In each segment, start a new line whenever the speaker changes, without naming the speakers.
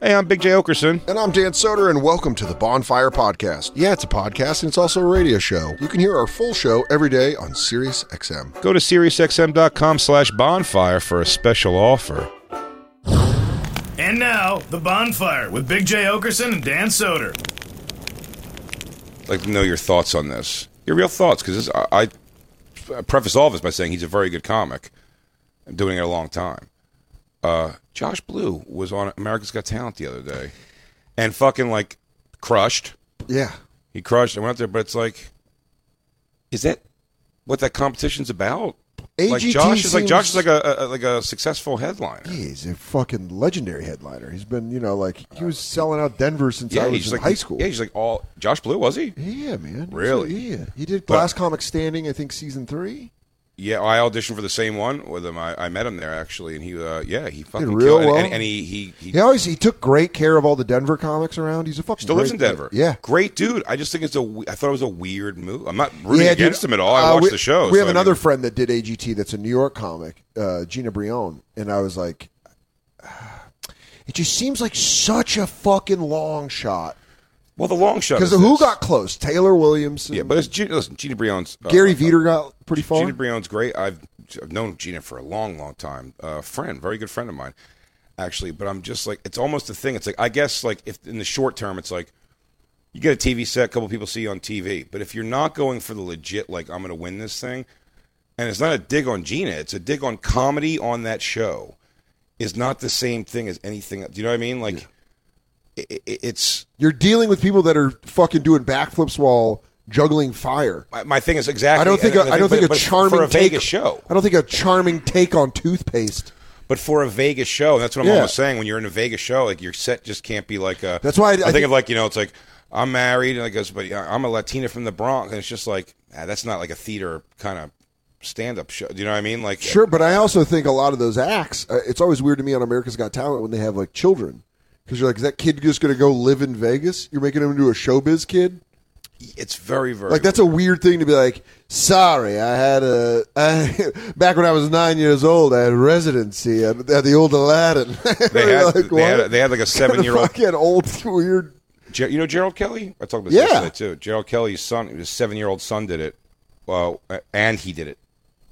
Hey, I'm Big J. Okerson.
And I'm Dan Soder, and welcome to the Bonfire Podcast. Yeah, it's a podcast, and it's also a radio show. You can hear our full show every day on Sirius XM.
Go to SiriusXM.com slash bonfire for a special offer.
And now, The Bonfire with Big J. Okerson and Dan Soder.
I'd like to know your thoughts on this. Your real thoughts, because I, I preface all of this by saying he's a very good comic. I'm doing it a long time. Uh, Josh Blue was on America's Got Talent the other day and fucking like crushed.
Yeah.
He crushed. I went out there, but it's like, is that what that competition's about? like
AGT
Josh is like Josh is
seems-
like a, a like a successful headliner.
He's a fucking legendary headliner. He's been, you know, like, he was selling out Denver since I was
he's
in
like
high school.
Yeah, he's like all Josh Blue was he?
Yeah, man.
Really?
Yeah. He did
But-
Glass Comic Standing, I think, season three.
Yeah, I auditioned for the same one with him. I, I met him there actually, and he uh, yeah he fucking
real
killed it.
well.
And, and, and he he, he
He always he took great care of all the Denver comics around. He's a fucking
still lives in
great-
Denver.
Yeah.
great dude. I just think it's a we- I thought it was a weird move. I'm not rooting
Yeah, dude.
against him at all. I
Uh,
watched
we,
the show.
We have
so, I mean,
another friend that did AGT that's a New York comic, uh, Gina Brion, and I was like, it just seems like such a fucking long shot
well, the long shot
because
is
who
this.
got close? Taylor Williams,
yeah, but it's Gina, listen, Gina Brion's uh,
Gary Veter got pretty far.
Gina Brion's great. I've, I've known Gina for a long, long time. Uh, friend, very good friend of mine, actually. But I'm just like, it's almost a thing. It's like, I guess, like, if in the short term, it's like, you get a TV set, a couple people see you on TV. But if you're not going for the legit, like, I'm going to win this thing, and it's not a dig on Gina, it's a dig on comedy on that show, is not the same thing as anything. Do you know what I mean? Like, i i it's.
You're dealing with people that are fucking doing backflips while juggling fire.
My, my thing is exactly.
I don't think a,
and
I don't
but-
think a
but
charming
for a
take,
Vegas show.
I don't think a charming take on toothpaste.
But for a Vegas show, and that's what I'm
Yeah.
almost saying. When you're in a Vegas show, like your set just can't be like a.
That's why I- I
I, think,
think-
of like you know, it's like I'm married, and I goes, but yeah, I'm a Latina from the Bronx, and it's just like ah, that's not like a theater kind of stand-up show. Do you know what I mean? Like
Sure, but I also think a lot of those acts. Uh, it's always weird to me on America's Got Talent when they have like children, because you're like, is that kid just going to go live in Vegas? You're making him into a showbiz kid.
it's very very
Like that's a weird thing to be like. Sorry, I had a I, back when I was nine years old. I had residency at, at the old Aladdin.
They had,
Like,
they, had
what?
a- they had like a seven-year-old.
fucking old weird.
Ger- you know Gerald Kelly? I talked about
Yeah.
this yesterday too. Gerald Kelly's son, his seven-year-old son, did it. Well, uh, and he did it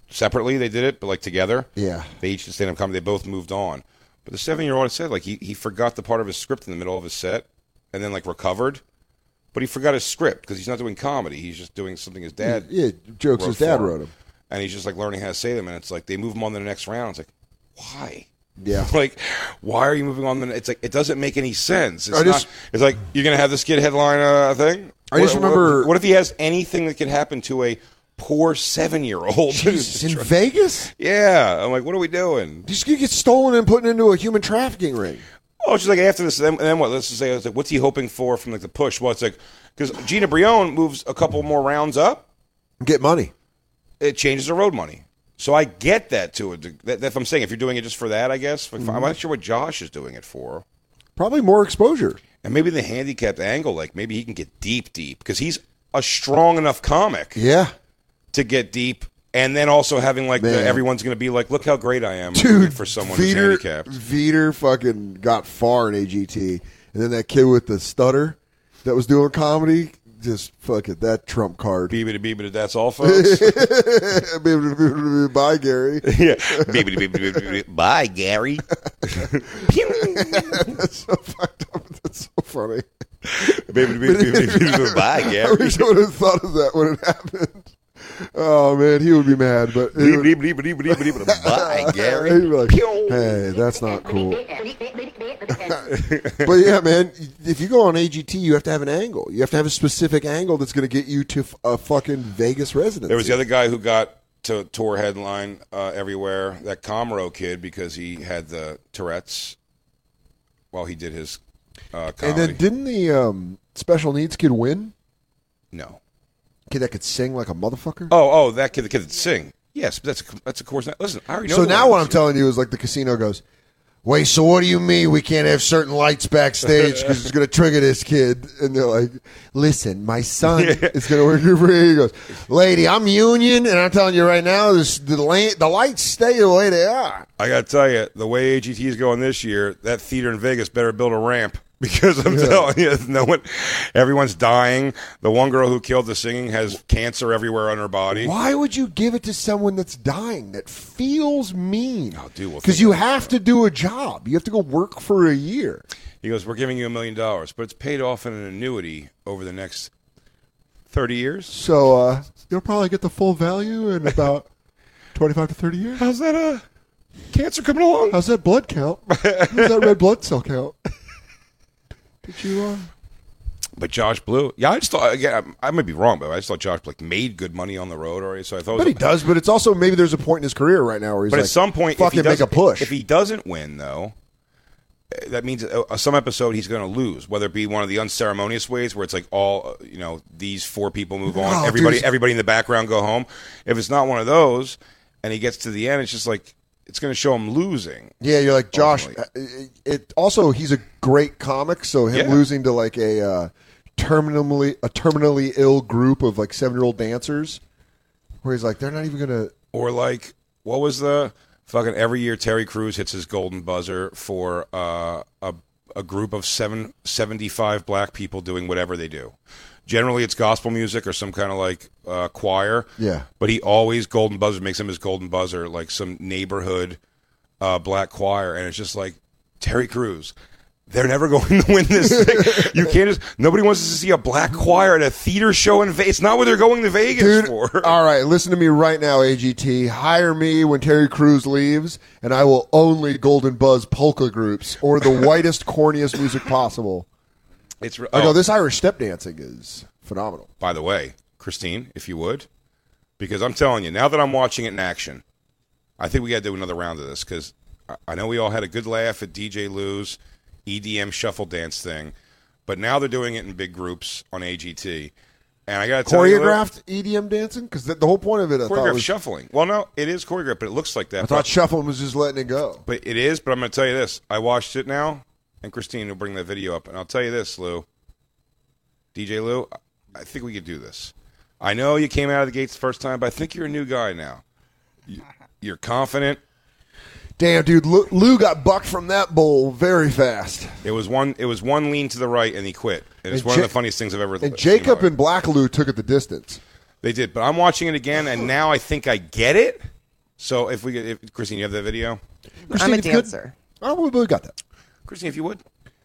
separately. They did it, but like together.
Yeah.
They each did stand-up comedy. They both moved on. But the seven-year-old said like he he forgot the part of his script in the middle of his set, and then like recovered, but he forgot his script because he's not doing comedy. He's just doing something his dad.
Yeah, jokes his
for
dad wrote him.
and he's just like learning how to say them. And it's like they move him on to the next round. It's like why?
Yeah.
like why are you moving on? The, it's like it doesn't make any sense. It's
I just-
not- it's like you're gonna have this kid headline uh, thing.
I just remember-
What, if he has anything that could happen to a poor seven year old?
Jesus, in Vegas,
yeah, I'm like, what are we doing?
just you get stolen and put into a human trafficking ring.
Oh, it's just like after this, then, then what? Let's just say, it's like, what's he hoping for from like the push? Well, it's like because Gina Brion moves a couple more rounds up,
Get money.
it changes the road money. So I get that to a deg- that, that's what I'm saying. If you're doing it just for that, I guess. Like,
Mm-hmm.
I'm not sure what Josh is doing it for.
Probably more exposure.
And maybe the handicapped angle, like maybe he can get deep, deep because he's a strong enough comic
Yeah.
to get deep, and then also having like the,
Man.
everyone's going to be like, "Look how great I am!"
Dude,
for someone
Veter,
who's handicapped.
Veter fucking got far in AGT, and then that kid with the stutter that was doing comedy just fuck it. That trump card.
Beebe to beebe to that's all, folks.
Bye, Gary.
yeah, beebe to beebe to beebe to beebe. Bye, Gary.
That's so fucked up. That's so funny.
Baby, baby, baby, baby, bye,
I
Gary.
wish I would have thought of that when it happened. Oh man, he would be mad, but he would-
Bleep, bleep, bleep, bleep, bleep, bleep, bleep, Bye,
He'd be
Gary.
like, hey, that's not cool. but yeah, man, if you go on AGT, you have to have an angle. You have to have a specific angle that's going to get you to f- a fucking Vegas residency.
There was the other guy who got to tour headline uh, everywhere. That Comro kid because he had the Tourette's while he did his uh,
and
comedy.
then didn't the um, special needs kid win?
no.
Kid that could sing like a motherfucker.
Oh, oh, that kid, the kid that sing. Yes, but that's a, that's a course. Listen, I already know.
so
the
now
one.
what I'm telling you is like the casino goes. Wait, so what do you mean we can't have certain lights backstage because it's going to trigger this kid? And they're like, listen, my son is going to work here for you. He goes, lady, I'm union, and I'm telling you right now, this, the, la- the lights stay the way they are.
I gotta tell you, the way AGT is going this year, that theater in Vegas better build a ramp because I'm telling you, no one, everyone's dying. The one girl who killed the singing has cancer everywhere on her body.
Why would you give it to someone that's dying? That feels mean.
Oh, dude, well,
because
think
you have to do a job. You have to go work for a year.
He goes, "We're giving you a million dollars, but it's paid off in an annuity over the next thirty years."
So uh, you'll probably get the full value in about twenty-five to thirty years.
How's that? Uh, cancer coming along?
How's that blood count? How's that red blood cell count? Did you? Uh...
But Josh Blue, yeah, I just thought again, I I might be wrong, but I just thought Josh like made good money on the road already. So I thought, it was
But he
a-
does. But it's also maybe there's a point in his career right now where he's
But
like,
at some point,
fucking
if he
make a
doesn't-
push.
If he doesn't win, though, eh, that means uh, uh, some episode he's going to lose. Whether it be one of the unceremonious ways where it's like all uh, you know, these four people move on,
No, Oh, dude,
everybody,
it's-
everybody in the background go home. If it's not one of those, and he gets to the end, it's just like it's going to show him losing.
Yeah, you're like Josh.
Ultimately.
uh, It, it also he's a great comic, so him
Yeah.
losing to like a uh, terminally a terminally ill group of like seven year old dancers, where he's like, they're not even gonna.
Or like, what was the fucking every year Terry Crews hits his golden buzzer for uh, a a group of seven seventy five black people doing whatever they do. Generally, it's gospel music or some kind of like uh, choir.
Yeah.
But he always golden buzzer makes him his golden buzzer like some neighborhood uh, black choir, and it's just like Terry Crews. They're never going to win this thing. You can't just. Nobody wants to see a black choir at a theater show in Vegas. It's not what they're going to Vegas
Dude, uh,
for.
all right, listen to me right now, AGT. Hire me when Terry Crews leaves, and I will only Golden Buzz polka groups or the whitest, corniest music possible.
It's re-
I
oh.
go, this Irish step dancing is phenomenal.
by the way, Christine, if you would, because I'm telling you, now that I'm watching it in action, I think we got to do another round of this because I, I know we all had a good laugh at DJ Lou's EDM shuffle dance thing, but now they're doing it in big groups on AGT, and I got to tell you,
Choreographed EDM dancing because the, the whole point of it, I thought
choreographed
was
shuffling. Well, no, it is choreographed, but it looks like that.
I
but-
thought shuffling was just letting it go.
But it is, but I'm going to tell you this. I watched it now, and Christine will bring that video up. And I'll tell you this, Lou. DJ Lou, I think we could do this. I know you came out of the gates the first time, but I think you're a new guy now. You- You're confident.
Damn, dude, Lou, Lou got bucked from that bowl very fast.
It was one. It was one lean to the right, and he quit. And it's
And
one
Ja-
of the funniest things I've ever.
And
seen in my
Jacob
life.
and Black Lou took it the distance.
they did, but I'm watching it again, and now I think I get it. So if we, get- if, Christine, you have that video,
Christine,
I'm a
it's
dancer.
Good. Oh, we, we got that.
Christine, if you would.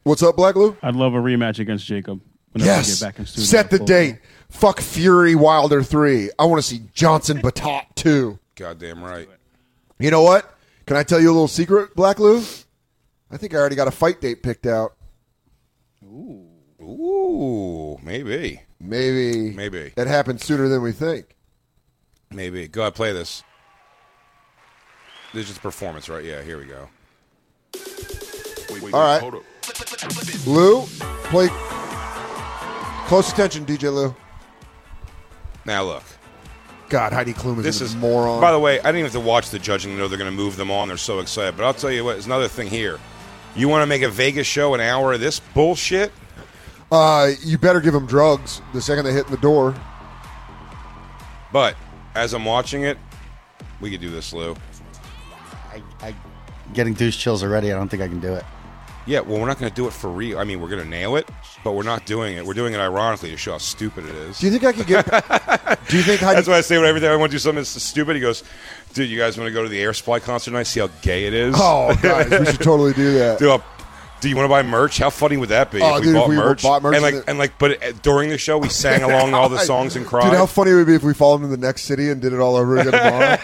What's up, Black Lou?
I'd love a rematch against Jacob. whenever we
Yes.
Get back in studio
Set the
full.
date. Fuck Fury Wilder 3. I want to see Johnson Batat 2.
Goddamn right.
You know what? Can I tell you a little secret, Black Lou? I think I already got a fight date picked out.
Ooh, maybe,
Maybe.
Maybe.
It happened sooner than we think.
maybe. Go ahead, play this. This is performance, right? Yeah, here we go.
All right. Lou, play. Close attention, DJ Lou.
Now look,
God, Heidi Klum is
this
a
is
moron.
By the way, I didn't even have to watch the judging to know they're going to move them on. They're so excited. But I'll tell you what, there's another thing here. You want to make a Vegas show an hour of this bullshit?
Uh, you better give them drugs the second they hit the door.
But as I'm watching it, we could do this, Lou.
I, I, getting goose chills already. I don't think I can do it.
Yeah, well, we're not going to do it for real. I mean, we're going to nail it, but we're not doing it. We're doing it ironically to show how stupid it is.
Do you think I could get? do you think I?
That's why I say when every time I want to do something that's stupid, he goes, "Dude, you guys want to go to the Air Supply concert tonight? See how gay it is."
oh, guys, we should totally do that.
do a, do you want to buy merch? How funny would that be
Oh,
if we
dude, if
bought
we
merch?
bought merch
and like
and-
and like, but uh, during the show we sang along all the songs and cried.
Dude, how funny it would be if we followed him to the next city and did it all over again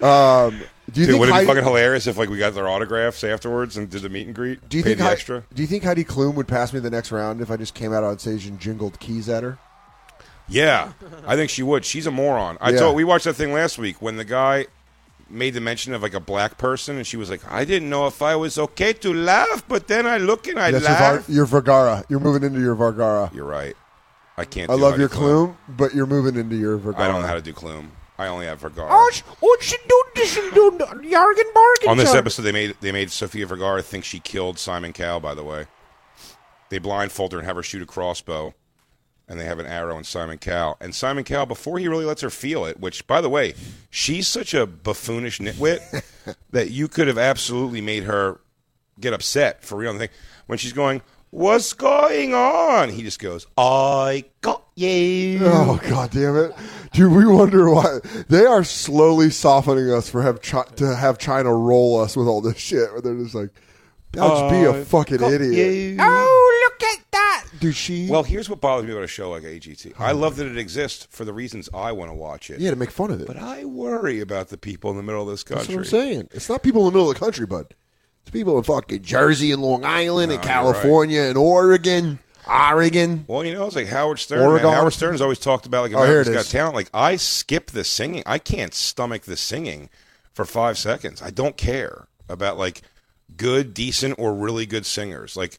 tomorrow. um, do you
Dude,
think
would it be
Heidi,
fucking hilarious if like we got their autographs afterwards and did the meet and greet?
do you
paid
think
the
Hei-
extra?
Do you think Heidi Klum would pass me the next round if I just came out on stage and jingled keys at her?
Yeah, I think she would. She's a moron. I
Yeah.
thought we watched that thing last week when the guy made the mention of like a black person, and she was like, "I didn't know if I was okay to laugh, but then I look and I
That's your, Var-
laugh."
your Vergara. You're moving into your Vergara.
You're right. I can't.
I
do
love
Heidi
your Klum, but you're moving into your Vergara.
I don't know how to do Klum. I only have Vergara. On this episode, they made they made Sofia Vergara think she killed Simon Cowell. By the way, they blindfold her and have her shoot a crossbow, and they have an arrow in Simon Cowell. And Simon Cowell, before he really lets her feel it, which by the way, she's such a buffoonish nitwit that you could have absolutely made her get upset for real. And think when she's going, "What's going on?" He just goes, "I got you."
Oh god damn it, dude! We wonder why they are slowly softening us for have chi- to have China roll us with all this shit. Where they're just like, "I'll just be
Uh,
a fucking idiot."
Oh, look at that.
Dude, she
Well, here's what bothers me about a show like AGT. I love that it exists for the reasons I want to watch it.
yeah to make fun of it.
But I worry about the people in the middle of this
That's
country.
what I'm saying. It's not people in the middle of the country, bud. It's people in fucking Jersey and Long Island and California and Oregon, Oregon.
Well, you know, it's like Howard Stern.
Oregon.
Man. Howard Stern's always talked about like
Oh, here it
America's Got
is.
Talent. Like I skip the singing. I can't stomach the singing for five seconds. I don't care about like good, decent, or really good singers. Like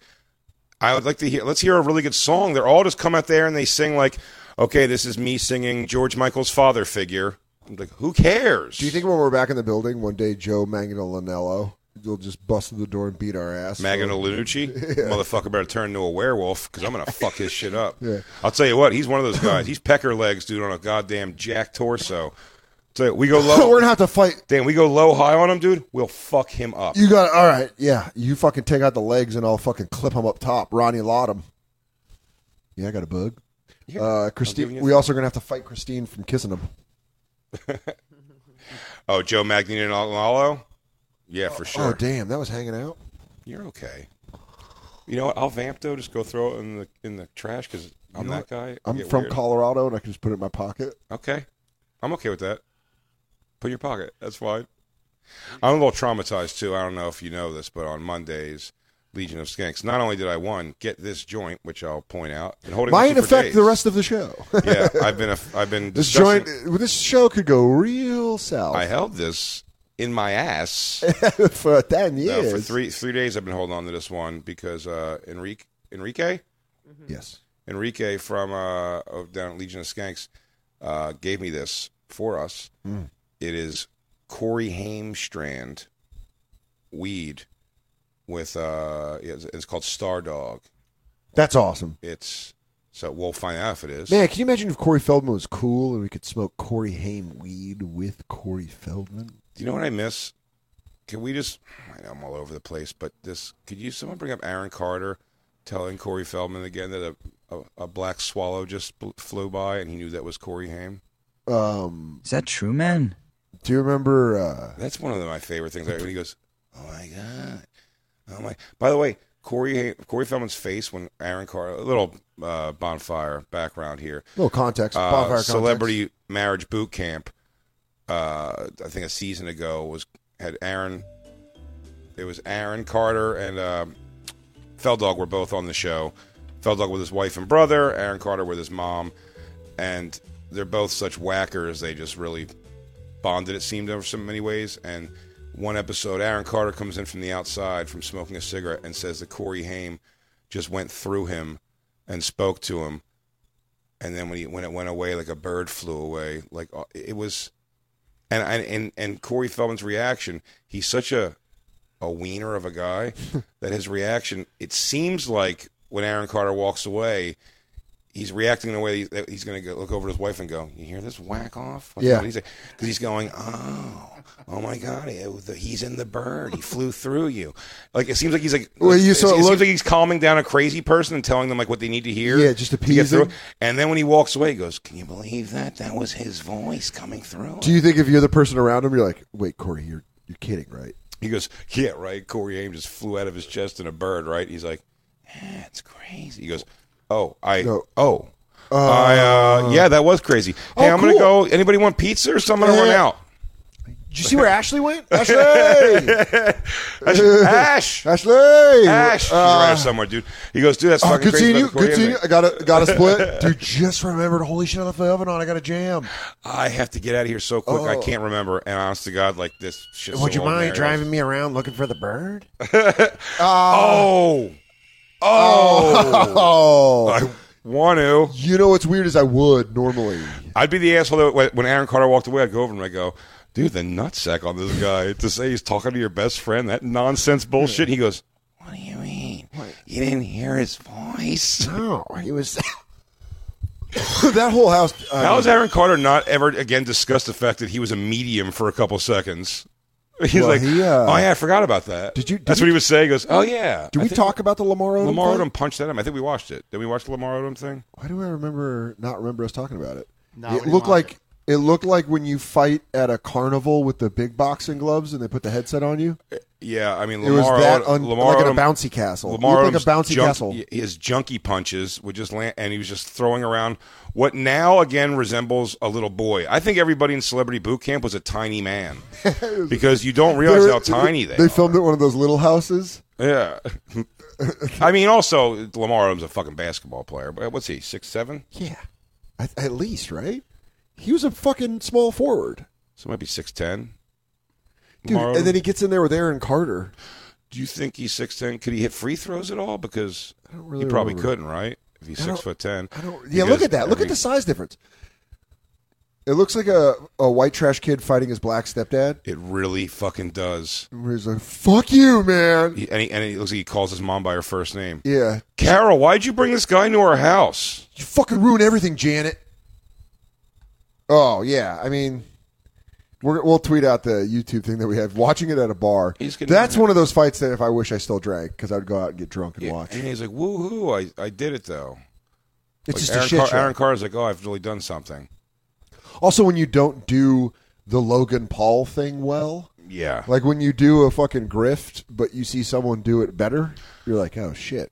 I would like to hear. Let's hear a really good song. They're all just come out there and they sing like, okay, this is me singing George Michael's father figure. I'm like, who cares?
Do you think when we're back in the building one day, Joe Manganiello will just bust through the door and beat our ass?
Magano Lunucci, motherfucker, better turn into a werewolf because I'm gonna fuck his shit up. I'll tell you what, he's one of those guys. He's pecker legs, dude, on a goddamn jack torso. So we go
we're
low.
gonna have to fight.
Damn, we go low high on him, dude. We'll fuck him up.
You got all right. Yeah, you fucking take out the legs and I'll fucking clip them up top. Ronnie Lottom. Yeah, I got a bug. uh,
giving
Christine.
you-
We also gonna have to fight Christine from kissing him.
oh, Joe Magninalo. Yeah, for
Oh
sure.
damn, that was hanging out.
You're okay. You know what? I'll vamp though. Just go throw it in the in the trash because I'm that guy. I
I'm
get
from
weird.
Colorado and I can just put it in my pocket.
Okay, I'm okay with that. Put in your pocket. That's fine. I'm a little traumatized too. I don't know if you know this, but on Mondays, Legion of Skanks. Not only did I one get this joint, which I'll point out, and hold it
Might
against you for
affect the
days.
rest of the show.
yeah, I've been a, I've been
this
discussing-
joint, this show could go real south
I held this in my ass.
for ten
No,
years.
for three three days, I've been holding on to this one because uh, Enrique Enrique
Yes.
Enrique from uh, of- down at Legion of Skanks uh, gave me this for us. It is Corey Hamstrand weed with uh, it's, it's called Star Dog.
That's awesome.
It's so we'll find out if it is.
Man, can you imagine if Corey Feldman was cool and we could smoke Corey Haim weed with Corey Feldman?
Do you know what I miss? Can we just? I know I'm all over the place, but this could you someone bring up Aaron Carter telling Corey Feldman again that a a, a black swallow just bl- flew by and he knew that was Corey Haim?
Um,
Is that true, man?
do you remember? Uh,
That's one of my favorite things. Like when he goes, "Oh my god, oh my!" By the way, Corey Corey Feldman's face when Aaron Carter, a little uh, bonfire background here,
little context.
uh,
bonfire context.
celebrity marriage boot camp. Uh, I think a season ago was had Aaron. It was Aaron Carter and um Feldog were both on the show. Feldog with his wife and brother, Aaron Carter with his mom, and they're both such whackers. They just really bonded. It seemed over so many ways. And one episode, Aaron Carter comes in from the outside from smoking a cigarette and says that Corey Haim just went through him and spoke to him and then when he when it went away, like a bird flew away, like uh, it was, and and and, and Corey Feldman's reaction, he's such a a wiener of a guy that his reaction, it seems like when Aaron Carter walks away, he's reacting in a way that he's going to look over at his wife and go, "You hear this whack off?"
Yeah.
because he's going, "Oh, oh my God, he- he's in the bird. He flew through you." Like it seems like he's like,
Well, you
it,
saw-
it
look-
seems like he's calming down a crazy person and telling them like what they need to hear.
Yeah, just
to get
appease
through
them.
it. And then when he walks away, he goes, "Can you believe that? That was his voice coming through."
Do you think if you're the person around him, you're like, wait, Corey, you're you're kidding, right?
He goes, Yeah, right. Corey Aim just flew out of his chest in a bird, right? He's like, That's crazy. He goes, Oh, I,
No.
oh. I, uh, yeah, that was crazy. Hey,
Oh,
I'm going to go.
cool.
Anybody want pizza or something? I'm going to run
Yeah.
out.
Did you see where Ashley went? Ashley,
Ash. Ash.
Ashley,
Ash. She's right there somewhere, dude. He goes, Dude, that's
Oh,
fucking
good
crazy. about
seeing you.
the Corey
Good
Haim
seeing you. I
thing.
got a got a split, dude. Just remembered. Holy shit! I left my oven on. I got a jam.
I have to get out of here so quick. I
Oh.
can't remember. And honest to God, like, this shit's
Would
so
you
long
mind
there.
driving me around looking for the bird?
Oh. Oh.
Oh,
I want to.
you know what's weird is I would normally.
I'd be the asshole that when- when Aaron Carter walked away, I'd go over and I go, dude, the nutsack on this guy to say he's talking to your best friend, that nonsense bullshit. He goes, what do you mean? You didn't hear his voice?
No, he was.
that whole house. I
How has Aaron Carter not ever again discussed the fact that he was a medium for a couple seconds? He's
Well,
like,
he, uh,
oh yeah, I forgot about that.
Did you- did
That's what he was saying. He goes, oh yeah.
Did
I
we
think
talk about the Lamar Odom?
Lamar
thing?
Odom punched at him. I think we watched it. Did we watch the Lamar Odom thing?
Why do I remember not remember us talking about it?
No, we
it
didn't
looked
watch
like it. looked like when you fight at a carnival with the big boxing gloves and they put the headset on you.
Yeah, I mean,
it was
Lamar
that
Odom-
un-
Lamar
like
Odom-
in a bouncy castle.
Lamar
It looked like a
Odom's
bouncy
junk-
castle.
y- His junky punches would just land, and he was just throwing around what now again resembles a little boy. I think everybody in Celebrity Boot Camp was a tiny man because you don't realize
They were-
how tiny they.
They
are.
filmed it at one of those little houses.
yeah, I mean, also Lamar Odom's a fucking basketball player, but what's he six seven?
Yeah, at, at least right. He was a fucking small forward,
So it might be six ten.
dude. And then he gets in there with Aaron Carter.
do you think he's six ten? Could he hit free throws at all? Because
I don't really
he probably
remember.
couldn't, right? If he's
I
six
don't-
foot ten.
I don't. Yeah,
Because
look at that. Look at
every-
the size difference. It looks like a, a white trash kid fighting his black stepdad.
It really fucking does.
Where he's like, "Fuck you, man."
He, and, he, and it looks like he calls his mom by her first name.
Yeah,
Carol, why'd you bring this guy into our house?
you fucking ruin everything, Janet. Oh yeah, I mean, we're, we'll tweet out the YouTube thing that we have. Watching it at a bar.
He's getting-
That's one of those fights that if I wish I still drank because I would go out and get drunk and watch.
And he's like, woohoo, I, I did it though.
It's
Like,
just
Aaron
a shit
Car-
show.
Aaron Carter's like, oh, I've really done something.
Also, when you don't do the Logan Paul thing well,
Yeah.
like when you do a fucking grift, but you see someone do it better, you're like, oh shit.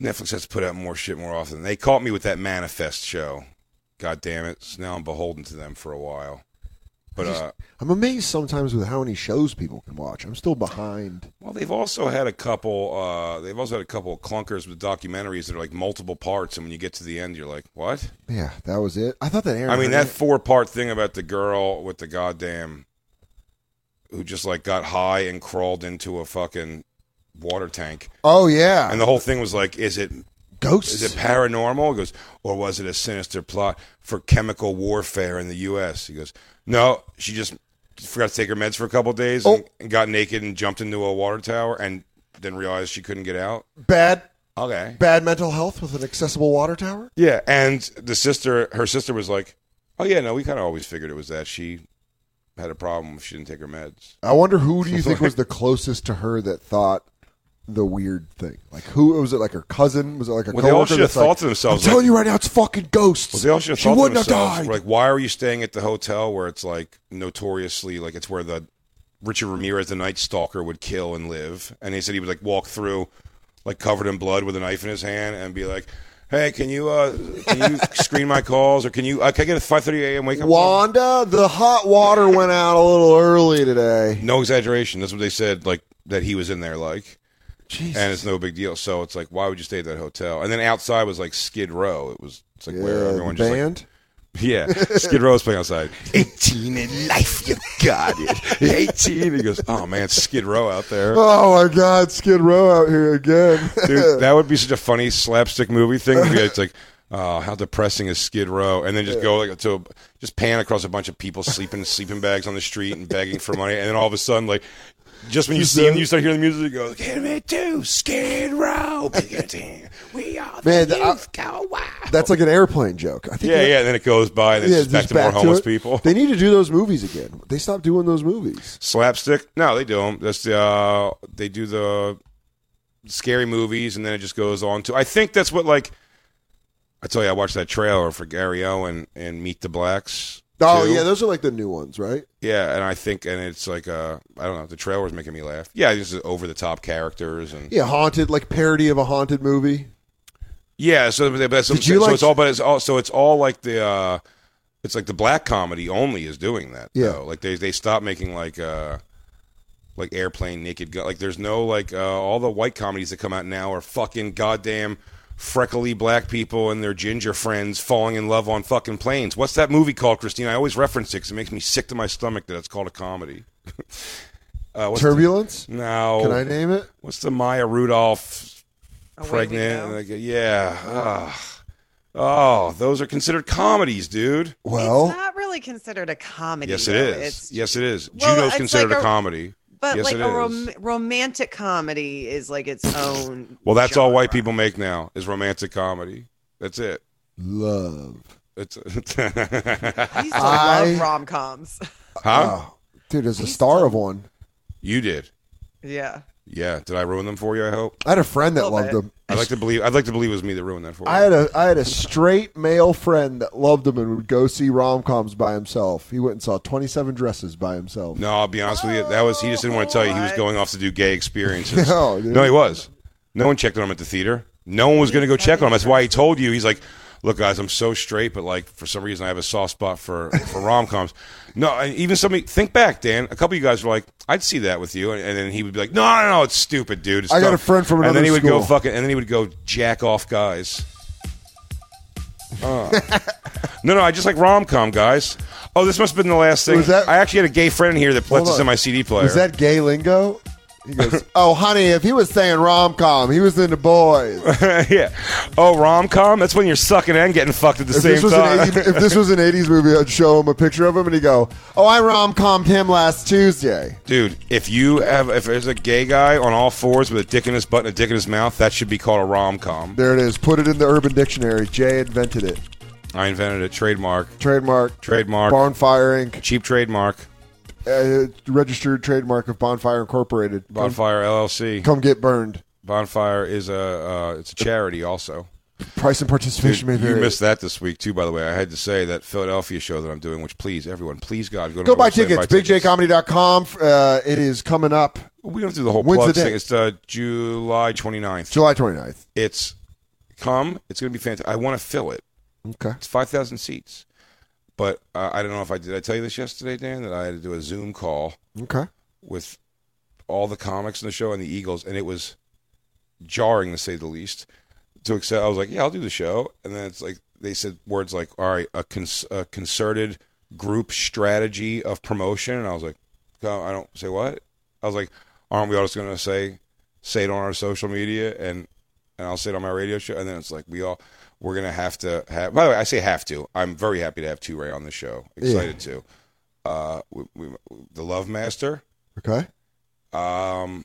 Netflix has to put out more shit more often. They caught me with that manifest show. God damn it. So now I'm beholden to them for a while. But, uh,
I'm amazed sometimes with how many shows people can watch. I'm still behind.
well, they've also had a couple, uh, they've also had a couple of clunkers with documentaries that are like multiple parts. And when you get to the end, you're like, what?
Yeah, that was it. I thought that Aaron.
I mean,
Hernandez-
that four part thing about the girl with the goddamn who just like got high and crawled into a fucking water tank.
Oh yeah,
And the whole thing was like, is it
ghosts.
is it paranormal? He goes, or was it a sinister plot for chemical warfare in the U.S.? He goes, no, she just forgot to take her meds for a couple of days and,
Oh.
and got naked and jumped into a water tower and then realized she couldn't get out.
bad
Okay.
bad mental health with an accessible water tower?
Yeah, and the sister, her sister was like, "Oh yeah, no, we kind of always figured it was that she had a problem if she didn't take her meds."
I wonder who do you think was the closest to her that thought the weird thing? Like who was it? Like her cousin? Was it like a
Well, they all
coworker
should have
that's like,
thought to themselves,
I'm telling
like-
you right now, it's fucking ghosts.
Well, they all should have
she
thought to
wouldn't have
themselves,
died.
like, "Why are you staying at the hotel where it's like notoriously like it's where the Richard Ramirez, the Night Stalker, would kill and live?" And he said he would like walk through, like covered in blood, with a knife in his hand, and be like. Hey, can you uh, can you screen my calls, or can you? Uh, can I get a five thirty a.m. wake up? call?"
Wanda, the hot water went out a little early today.
No exaggeration. That's what they said. Like that he was in there. Like, and it's no big deal. So it's like, why would you stay at that hotel? And then outside was like Skid Row. It was it's like where
Yeah,
everyone just like,
band.
yeah, Skid Row was playing outside. 18 in life, you got it. 18. He goes, oh man, it's Skid Row out there.
oh my God, Skid Row out here again.
Dude, that would be such a funny slapstick movie thing. to be It's like, oh, how depressing is Skid Row? And then just go like to a, just pan across a bunch of people sleeping in sleeping bags on the street and begging for money, and then all of a sudden, like, just when you see them, you start hearing the music. You go, give me two Skid Row, Piccadilly. we are the
Man, I-
youth go wild.
That's like an airplane joke. I think
Yeah,
that-
yeah. And then it goes by, and then
yeah,
it's back
just
to more homeless
it.
people.
They need to do those movies again. They stopped doing those movies.
slapstick. No, they do them. That's the uh, they do the scary movies, and then it just goes on to. I think that's what like. I tell you, I watched that trailer for Gary Owen and Meet the Blacks.
Oh
too.
yeah, those are like the new ones, right?
yeah, and I think, and it's like, uh, I don't know, the trailer was making me laugh. Yeah, this is over the top characters and
Yeah, haunted, like parody of a haunted movie.
yeah. So, but that's
Did you
so
like-
it's all, but it's all, so it's all like the, uh, it's like the black comedy only is doing that.
Yeah.
though. like they they stop making like, uh, like airplane naked gun. Like there's no like uh, all the white comedies that come out now are fucking goddamn freckly black people and their ginger friends falling in love on fucking planes. What's that movie called, Christine? I always reference it 'cause it makes me sick to my stomach that it's called a comedy. uh, what's the-
Turbulence.
no.
Can I name it?
What's the Maya Rudolph
Away We
pregnant?
Go.
Like, yeah. ugh. Oh, those are considered comedies, dude.
Well,
it's not really considered a comedy.
Yes, it
though.
is.
It's-
yes, it is.
Well,
Juno's
it's
considered
like
a,
a-
comedy.
But
yes,
like
it
a
is.
rom- romantic comedy is like its own.
well, that's all white
genre.
people make now is romantic comedy. That's it.
love.
It's
I used to
I-
love rom coms.
huh?
Oh, dude, as a star of one,
You did.
yeah.
Yeah. Did I ruin them for you? I hope.
I had a friend that
Little
loved
bit.
them.
I'd like to believe. I'd like to believe it was me that ruined that for you.
I had a I had a straight male friend that loved him and would go see rom coms by himself. He went and saw Twenty Seven Dresses by himself.
No, I'll be honest with you. That was he just didn't want to tell you he was going off to do gay experiences.
No, dude.
he was. No one checked on him at the theater. No one was going to go check on him. That's why he told you. He's like, "Look, guys, I'm so straight, but like for some reason I have a soft spot for for rom coms." No, and even somebody think back, Dan. A couple of you guys were like, "I'd see that with you," and, and then he would be like, "No, no, no, it's stupid, dude." It's
I got
dumb."
a friend from
and then
another
he would go
school.
fucking, and then he would go jack off guys. No, no, I just like rom com, guys. Oh, this must have been the last thing.
Was that-
I actually had a gay friend here that
Hold
put this
on.
in my CD player.
Is that gay lingo? He goes, "Oh, honey, if he was saying rom com, he was into boys. If
yeah. Oh, rom com? That's when you're sucking and getting fucked at the same
this was
time.
an 80, if this was an '80s movie, I'd show him a picture of him and he'd go, "Oh, I rom commed him last Tuesday."
Dude, if you have if there's a gay guy on all fours with a dick in his butt and a dick in his mouth, that should be called a rom com.
There it is. Put it in the Urban Dictionary. Jay invented it.
I invented a trademark.
Trademark.
Trademark.
Bonfire Inc.
Cheap trademark.
Uh, registered trademark of Bonfire Incorporated. Come-
Bonfire LLC.
Come get burned.
Bonfire is a uh, it's a charity also.
Price and participation may
Dude, you
vary.
missed that this week too, by the way. I had to say that Philadelphia show that I'm doing, which please everyone, please God, go to
Go
my
buy
website and
tickets. BigJComedy.com. Uh, it is coming up
We don't do the whole
When's
plug
the day?
thing. It's uh, July 29th.
July 29th.
It's come. It's going to be fantastic. I want to fill it.
Okay.
It's 5,000 seats. But uh, I don't know if I did. I tell you this yesterday, Dan, that I had to do a Zoom call
Okay.
with all the comics in the show and the Eagles, and it was jarring to say the least. To accept, I was like, "Yeah, I'll do the show," and then it's like they said words like, "All right, a, cons- a concerted group strategy of promotion," and I was like, "No, "I don't say what." I was like, "Aren't we all just going to say say it on our social media and and I'll say it on my radio show and then it's like we all we're gonna have to have by the way, I say have to. I'm very happy to have Two Ray on the show. Excited to. Uh we, we, the Love Master.
Okay.
Um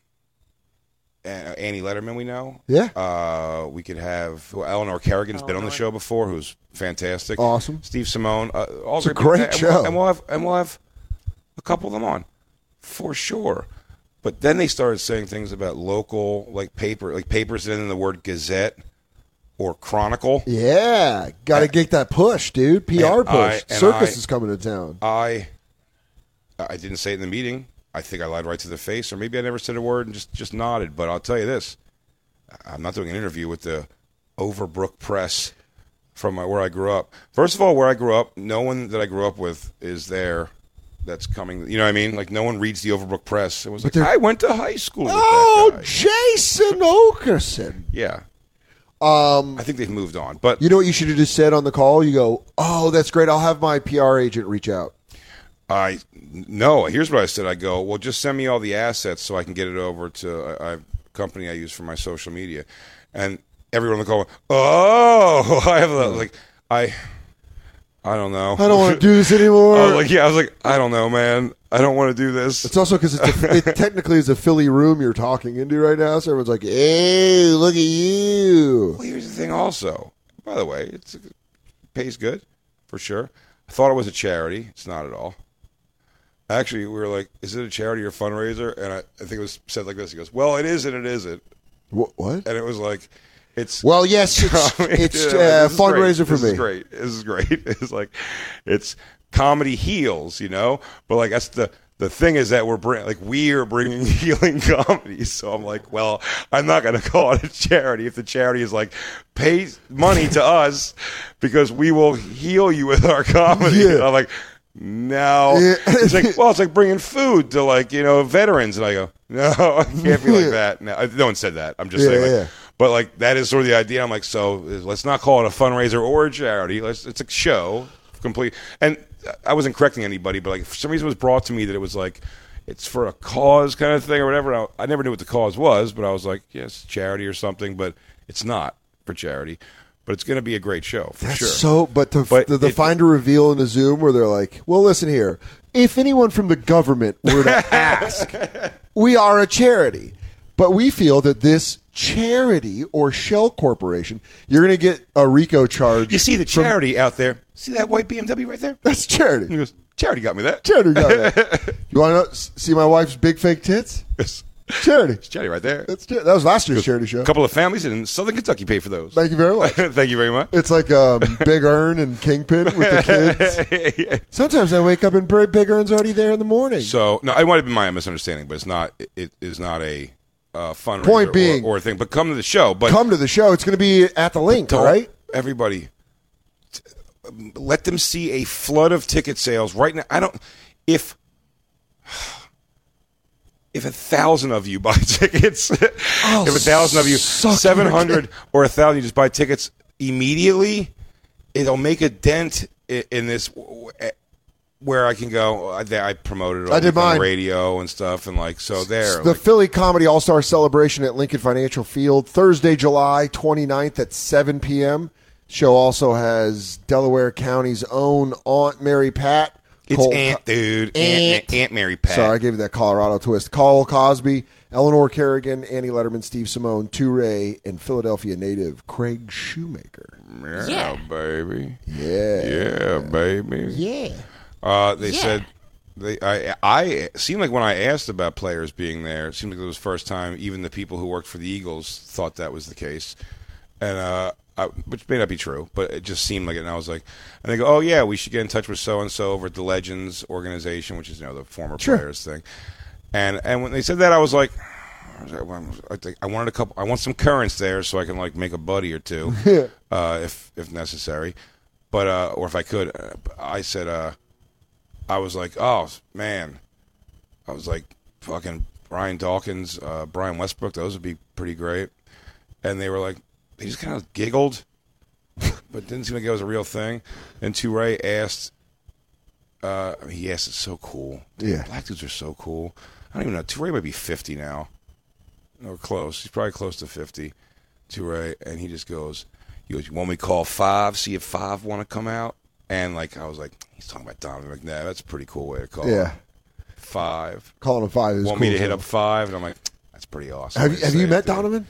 and uh, Annie Letterman we know.
Yeah.
Uh we could have well, Eleanor Kerrigan's been on the show before who's fantastic.
Awesome.
Steve Simone. Uh, all
It's a
people.
great
and,
show.
We'll, and we'll have and we'll have a couple of them on for sure. But then they started saying things about local, like paper, like papers and then the word Gazette or Chronicle.
Yeah, got to get that push, dude. PR
And
push.
I- and
Circus
I-
is coming to town.
I I didn't say it in the meeting. I think I lied right to the face, or maybe I never said a word and just just nodded. But I'll tell you this: I'm not doing an interview with the Overbrook Press from my, where I grew up. First of all, where I grew up, no one that I grew up with is there. That's coming. You know what I mean? Like no one reads the Overbrook Press. It was like
But they're-
I went to high school. With
Oh,
that guy.
Jason Okerson.
yeah.
Um,
I think they've moved on, but
you know what you should have just said on the call? You go, oh, that's great. I'll have my PR agent reach out.
I no. Here's what I said. I go well. Just send me all the assets so I can get it over to I, I company I use for my social media, and everyone on the call. Went, oh, I have a, like I, I don't know.
I don't want to do this anymore.
I was like yeah, I was like I don't know, man. I don't want to do this.
Oh, It's also because it technically is a Philly room you're talking into right now, so everyone's like, "Hey, look at you!"
Well, here's the thing. Also, by the way, it's, it pays good for sure. I thought it was a charity. It's not at all. Actually, we were like, "Is it a charity or fundraiser?" And I, I think it was said like this. He goes, "Well, it is and it isn't."
What? what?
and it was like, it's
Well, yes, it's,
comedy-
it's
Yeah,
uh,
this is
fundraiser
great.
for
this
me.
Is great, this is great. It's like, it's comedy heals, you know. But like that's the the thing is that we're bring, like we are bringing healing comedy. So I'm like, well, I'm not going to call it a charity if the charity is like pay money to us because we will heal you with our comedy.
Yeah.
And I'm like. No,
Yeah.
it's like well, it's like bringing food to like you know veterans, and I go no, I can't be like that. No, I- no one said that. I'm just
Yeah,
saying, like,
yeah.
but like that is sort of the idea. I'm like, so let's not call it a fundraiser or a charity. Let's it's a show complete. And I wasn't correcting anybody, but like for some reason it was brought to me that it was like it's for a cause kind of thing or whatever. I, I never knew what the cause was, but I was like, yes, charity or something. But it's not for charity. But it's going to be a great show for
That's
sure.
so. But to,
But
the, the
it-
find a reveal in a Zoom where they're like, "Well, listen here. If anyone from the government were to ask, we are a charity, but we feel that this charity or shell corporation, you're going to get a RICO charge.
you see the
from-
charity out there. See that white BMW right there?
That's charity.
He goes, charity got me that.
Charity got it. You want to see my wife's big fake tits?
It's
Charity.
charity right there.
That's char- that was last year's charity show.
A couple of families in Southern Kentucky paid for those.
Thank you very much.
Thank you very much.
It's like um, Big Earn and Kingpin with the kids. Sometimes I wake up and Bri- Big Earn's already there in the morning.
So no, it might have been my misunderstanding, but it's not. It is not a uh, fundraiser
Point
or-
being-
or, a thing. But come to the show. But
Come to the show. It's going to be at the link, all
don't-
right?
everybody, t- um, let them see a flood of ticket sales right now. I don't if. If a thousand of you buy tickets, if a thousand of you,
Oh, suck your
seven hundred or a thousand, you just buy tickets immediately, it'll make a dent in, in this w- w- where I can go. I, I promoted it. all
I did
week on the
mine.
radio and stuff, and like so there.
The
like-
Philly Comedy All Star Celebration at Lincoln Financial Field, Thursday, July 29th at 7 p.m. Show also has Delaware County's own Aunt Mary Pat.
It's
Cole-
Aunt, dude. Aunt, Aunt, Mary Pat.
Sorry, I gave you that Colorado twist. Cole Cosby, Eleanor Kerrigan, Annie Letterman, Steve Simone, Toure, and Philadelphia native Craig Shoemaker.
Yeah, baby.
Yeah.
Yeah, baby.
Yeah.
Uh, they said they. I. I seemed like when I asked about players being there, it seemed like it was the first time even the people who worked for the Eagles thought that was the case, and uh, I, which may not be true, but it just seemed like it. And I was like, and they go, oh yeah, we should get in touch with so and so over at the Legends organization, which is you know the former players thing, and and when they said that, I was like. I think I wanted a couple. I want some currents there so I can like make a buddy or two, uh, if if necessary, but uh, or if I could. Uh, I said, uh, I was like, oh man, I was like, fucking Brian Dawkins, uh, Brian Westbrook, those would be pretty great. And they were like, they just kind of giggled, but didn't seem like it was a real thing. And Toure asked, uh, he asked, it's so cool. Dude,
Yeah.
black dudes are so cool. I don't even know. Toure might be fifty now. or close. He's probably close to fifty, Toure, and he just goes, he goes, you want me to call five, see if five want to come out, and like I was like, he's talking about Donovan McNabb. That's a pretty cool way to call.
Yeah.
him. five.
Calling him five is
want
cool
me to hit
too.
up five, and I'm like, that's pretty awesome.
Have
way
you,
to
have you
say it,
met
dude."
Donovan?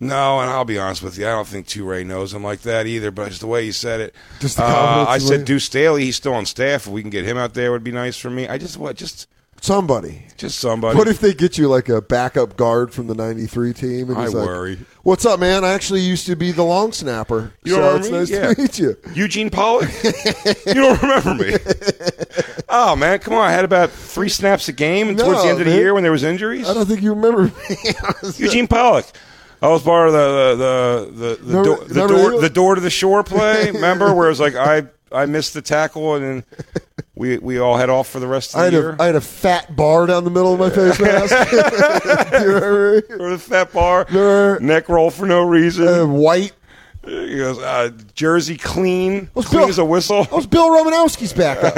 No, and I'll be honest with you, I don't think Toure knows him like that either. But just the way he said it,
Just the
uh,
confidence
I
the way-
said Deuce Staley. He's still on staff. If we can get him out there, it would be nice for me. I just what just
Somebody.
just somebody.
What if they get you like a backup guard from the '93 team? And
I
he's like,
worry.
What's up, man? I actually used to be the long snapper.
You
so
know what I
it's
mean?
nice
Yeah.
to meet you.
Eugene Pollock? you don't remember me. Oh, man, come on. I had about three snaps a game
No,
towards the end of the
man.
year when there was injuries.
I don't think you remember me.
Eugene Pollock. I was part of the the the the,
Remember-
door- the
remember
door
you?
the door to the shore play. Remember where it was like I I missed the tackle and then we we all head off for the rest of
I
the
had,
year.
a, I had a fat bar down the middle of my face mask. Do you remember me?
or the fat bar
Remember?
neck roll for no reason.
Uh, white.
he goes uh, jersey clean,
What's
clean
Bill-
as a whistle.
I was Bill Romanowski's backup.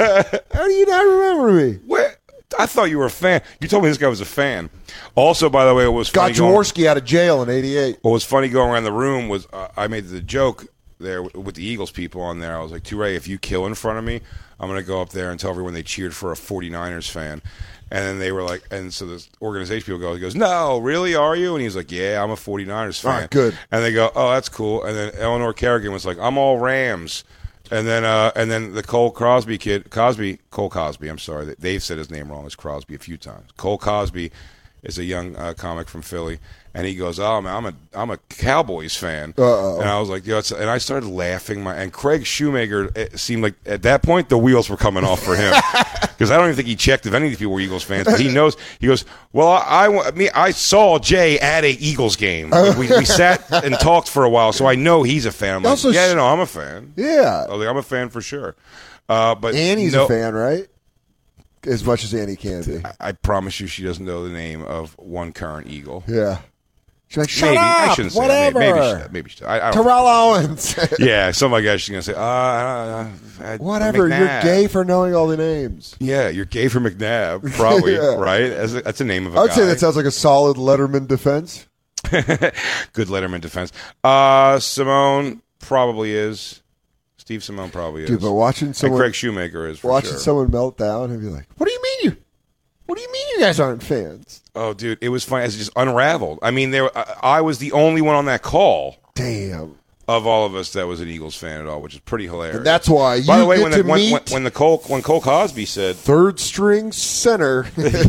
How do you not remember me?
Where, I thought you were a fan. You told me this guy was a fan. Also, by the way, it was
Got
funny going,
Jaworski out of jail in '88.
what was funny going around the room was uh, I made the joke there w- with the Eagles people on there. I was like, Toure, if you kill in front of me, I'm going to go up there and tell everyone they cheered for a 49ers fan. And then they were like, and so this organization people go, he goes, no, really, are you? And he's like, yeah, I'm a 49ers fan.
Ah, good.
And they go, oh, that's cool. And then Eleanor Kerrigan was like, I'm all Rams. And then, uh, and then the Cole Crosby kid, Cosby, Cole Cosby. I'm sorry, they- they've said his name wrong. It's Crosby a few times. Cole Cosby is a young uh, comic from Philly, and he goes, "Oh man, I'm a I'm a Cowboys fan." Uh-oh. And I was like, "Yo," it's, and I started laughing. My and Craig Shoemaker it seemed like at that point the wheels were coming off for him because I don't even think he checked if any of these people were Eagles fans. But he knows. He goes, "Well, I, I wa- me I saw Jay at a Eagles game.
Oh.
Like, we, we sat and talked for a while, so I know he's a fan." I'm like,
Also
yeah,
sh-
no, no, I'm a fan. I
Yeah,
was like, I'm a fan for sure. Uh, but
Annie's
no-
a fan, right? As much as Annie can be.
I promise you, she doesn't know the name of one current Eagle.
Yeah. She's like, shut
maybe
up.
I shouldn't say that.
whatever.
Maybe, maybe, she, maybe she, I, I don't,
Terrell Owens.
yeah, something like that. She's gonna say, uh, uh, uh,
whatever. You're
McNabb.
gay for knowing all the names.
Yeah, you're gay for McNabb, probably
Yeah.
right. That's a, that's the name of a
I would
guy.
say that sounds like a solid Letterman defense.
good Letterman defense. Uh, Simone probably is. Steve Simone probably is.
Dude, but watching
and
someone
Craig Shoemaker is for
watching
sure.
someone melt down and be like, "What do you mean you? What do you mean you guys aren't fans?"
oh, dude, it was funny. It just unraveled. I mean, there. I, I was the only one on that call
Damn.
of all of us that was an Eagles fan at all, which is pretty hilarious.
And that's why
By
you
the way,
get
when
to
the, when,
meet
when, when the Cole when Cole Cosby said
third string center.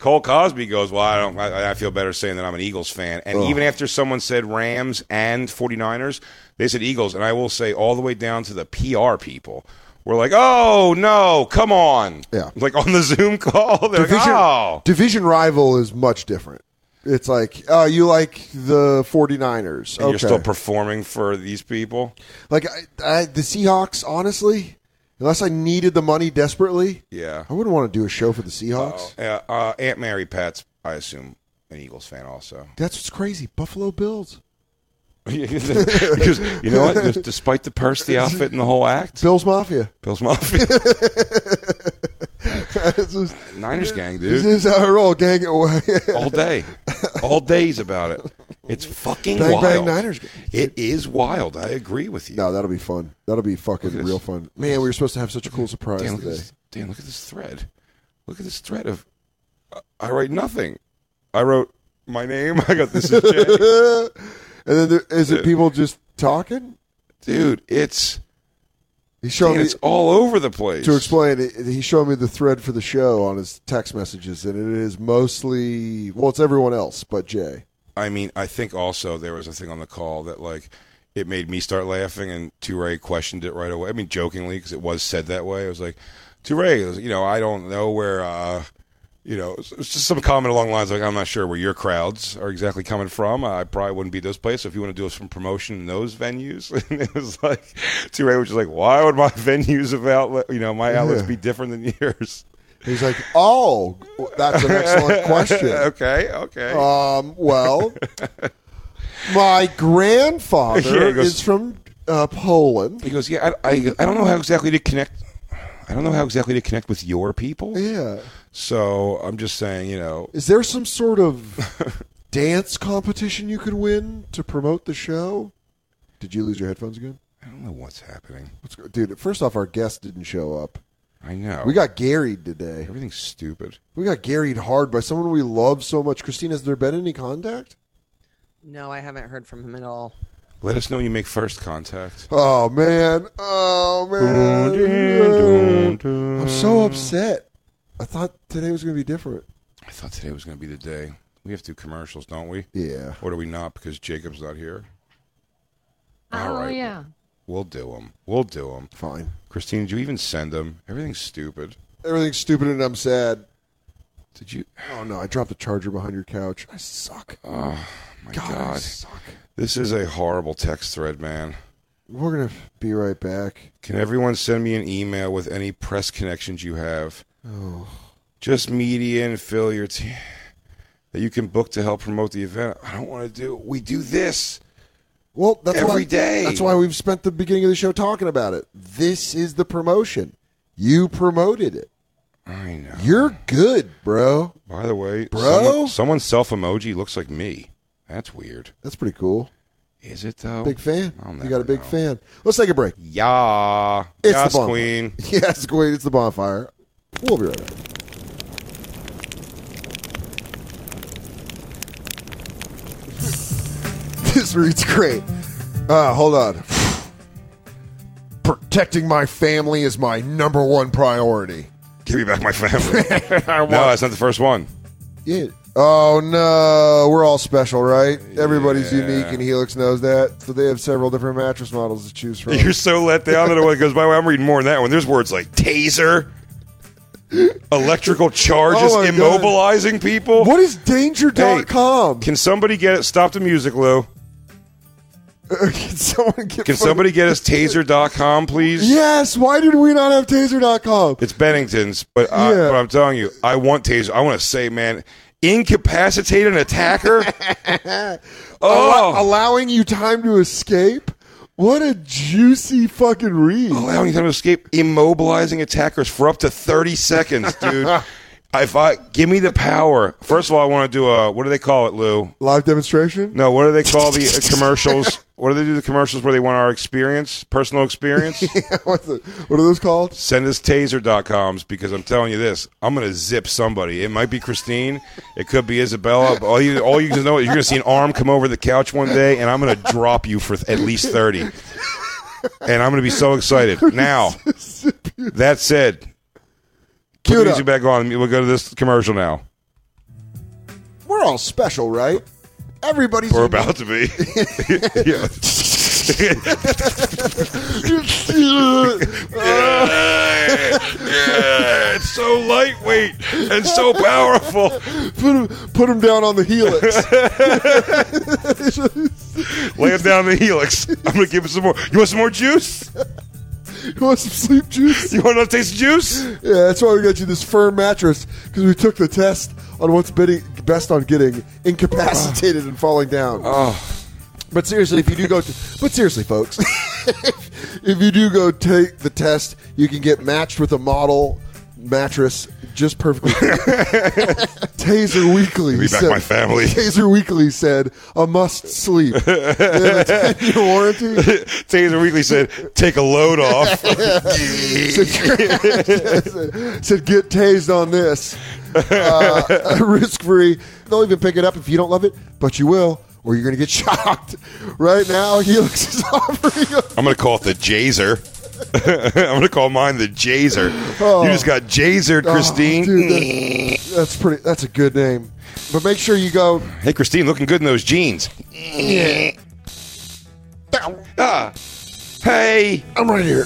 Cole Cosby goes, well, I don't. I, I feel better saying that I'm an Eagles fan. And even after someone said Rams and 49ers, they said Eagles. And I will say, all the way down to the PR people, were like, oh no, come on,
Yeah.
Like on the Zoom call, they're
division,
like, oh,
division rival is much different. It's like, oh, you like the 49ers.
and
okay.
you're still performing for these people.
like I, I, the Seahawks, honestly, unless I needed the money desperately,
Yeah.
I wouldn't want to do a show for the Seahawks.
Uh, uh, Aunt Mary Pat's, I assume, an Eagles fan also.
That's what's crazy. Buffalo Bills.
because you know what? Des- Despite the purse, the outfit, and the whole act,
Bills Mafia.
Bill's Mafia,
this is,
Niners gang, dude.
this is our roll. Dang it.
all day, all days about it. It's fucking
Bang,
wild.
bang, Niners.
It is wild. I agree with you.
No, that'll be fun. That'll be fucking real fun. Man, we were supposed to have such a cool surprise
Dan, look at
today.
this. Dan, look at this thread. Look at this thread of. I- I write nothing. I wrote my name. I got this is Jay.
and then there, is it people just talking?
dude. It's
He's showing
Dan,
me
it's all over the place.
to explain. it, He showed me the thread for the show on his text messages, and it is mostly well, it's everyone else but Jay.
I mean, I think also there was a thing on the call that like it made me start laughing, and Toure questioned it right away. I mean, jokingly because it was said that way. I was like, Toure, you know, I don't know where, uh, you know, it's it's just some comment along the lines like, I'm not sure where your crowds are exactly coming from. I probably wouldn't be those places. So if you want to do some promotion in those venues, and it was like Toure was just like, why would my venues of outlet, you know, my outlets
Yeah.
be different than yours?
He's like, "Oh, that's an excellent question."
okay, okay.
Um, well, my grandfather
Yeah, he goes-
is from uh, Poland.
He goes, yeah, I, I, I don't know how exactly to connect. I don't know how exactly to connect with your people.
Yeah,
So I'm just saying, you know,
is there some sort of dance competition you could win to promote the show. Did you lose your headphones again?
I don't know what's happening.
What's go- Dude, first off, our guest didn't show up.
I know.
We got Garried today.
everything's stupid.
We got Garried hard by someone we love so much. Christine, has there been any contact?
No, I haven't heard from him at all.
Let us know when you make first contact.
Oh, man. Oh, man. I'm so upset. I thought today was going to be different.
I thought today was going to be the day. We have to do commercials, don't we?
Yeah.
Or do we not because Jacob's not here? All right. We'll do them. We'll do them.
Fine.
Christine, did you even send them? Everything's stupid.
Everything's stupid and I'm sad.
Did you?
Oh, no. I dropped the charger behind your couch. I suck.
Oh, my
God,
God.
I suck.
This is a horrible text thread, man.
We're going to be right back.
Can everyone send me an email with any press connections you have? Oh. Just media and failure team that you can book to help promote the event. I don't want to do. We do this.
Well, that's
Every
why,
day.
That's why we've spent the beginning of the show talking about it. This is the promotion. You promoted it.
I know.
You're good, bro.
By the way,
Bro?
someone, someone's self emoji looks like me. That's weird.
That's pretty cool.
Is it though?
Big fan.
I'll
You
never
got a big
know.
fan. Let's take a break.
Yeah.
It's
yes,
the bonfire.
queen.
Yes, Queen. It's the bonfire. We'll be right back. this reads great. Uh, hold on. Protecting my family is my number one priority.
Give me back my family. no, that's not the first one.
Yeah. Oh no, we're all special, right? Everybody's
Yeah.
unique, and Helix knows that. So they have several different mattress models to choose from.
You're so let down that it goes by. I'm reading more than that one. There's words like taser, electrical charges
Oh my God.
immobilizing people.
What is danger.com?
Can somebody get it? Stop the music, Lou.
can, someone get
Can
fucking-
somebody get us taser.com, please?
Yes, why did we not have taser.com?
It's Bennington's, but, I,
Yeah.
but I'm telling you, I want taser. I want to say, man, incapacitate an attacker.
Allo-
oh,
allowing you time to escape? What a juicy fucking read.
allowing them to escape, immobilizing attackers for up to 30 seconds, dude. if I give me the power, first of all, I want to do a what do they call it, Lou?
Live demonstration?
No, what do they call the uh, commercials? What do they do the commercials where they want our experience, personal experience?
What's the, what are those called?
Send us taser.coms because I'm telling you this, I'm going to zip somebody. It might be Christine, it could be Isabella. but All you all you can know is you're going to see an arm come over the couch one day and I'm going to drop you for at least 30. And I'm going to be so excited. Now, that said,
Cue
put the
it up.
music back on. We'll go to this commercial now.
We're all special, right? Everybody's
We're about to be. yeah. yeah, yeah, it's so lightweight and so powerful.
put, him, put him down on the helix.
Lay it down the helix. I'm gonna give it some more. You want some more juice?
you want some sleep juice?
You want another taste of juice?
Yeah, that's why we got you this firm mattress because we took the test on what's bidding, best on getting incapacitated and falling down.
Ah.
But seriously, if you do go, to, but seriously, folks, if you do go take the test, you can get matched with a model mattress just perfectly. Taser Weekly.
Give me back
said-
my family.
Taser Weekly said a must sleep. They have a 10-year warranty.
Taser Weekly said, "Take a load off."
said get tased on this uh, risk free they'll even pick it up if you don't love it but you will or you're gonna get shocked right now helix is offering a-
I'm gonna call it the Jazer. I'm gonna call mine the Jazer. You just got Jazered, Christine.
Oh, dude, that's, that's pretty that's a good name but make sure you go
Hey, Christine, looking good in those jeans. Ah. Hey.
i'm right here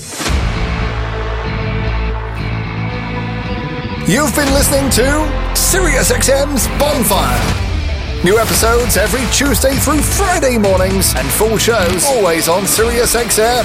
You've been listening to SiriusXM's Bonfire. New episodes every Tuesday through Friday mornings, and full shows always on SiriusXM.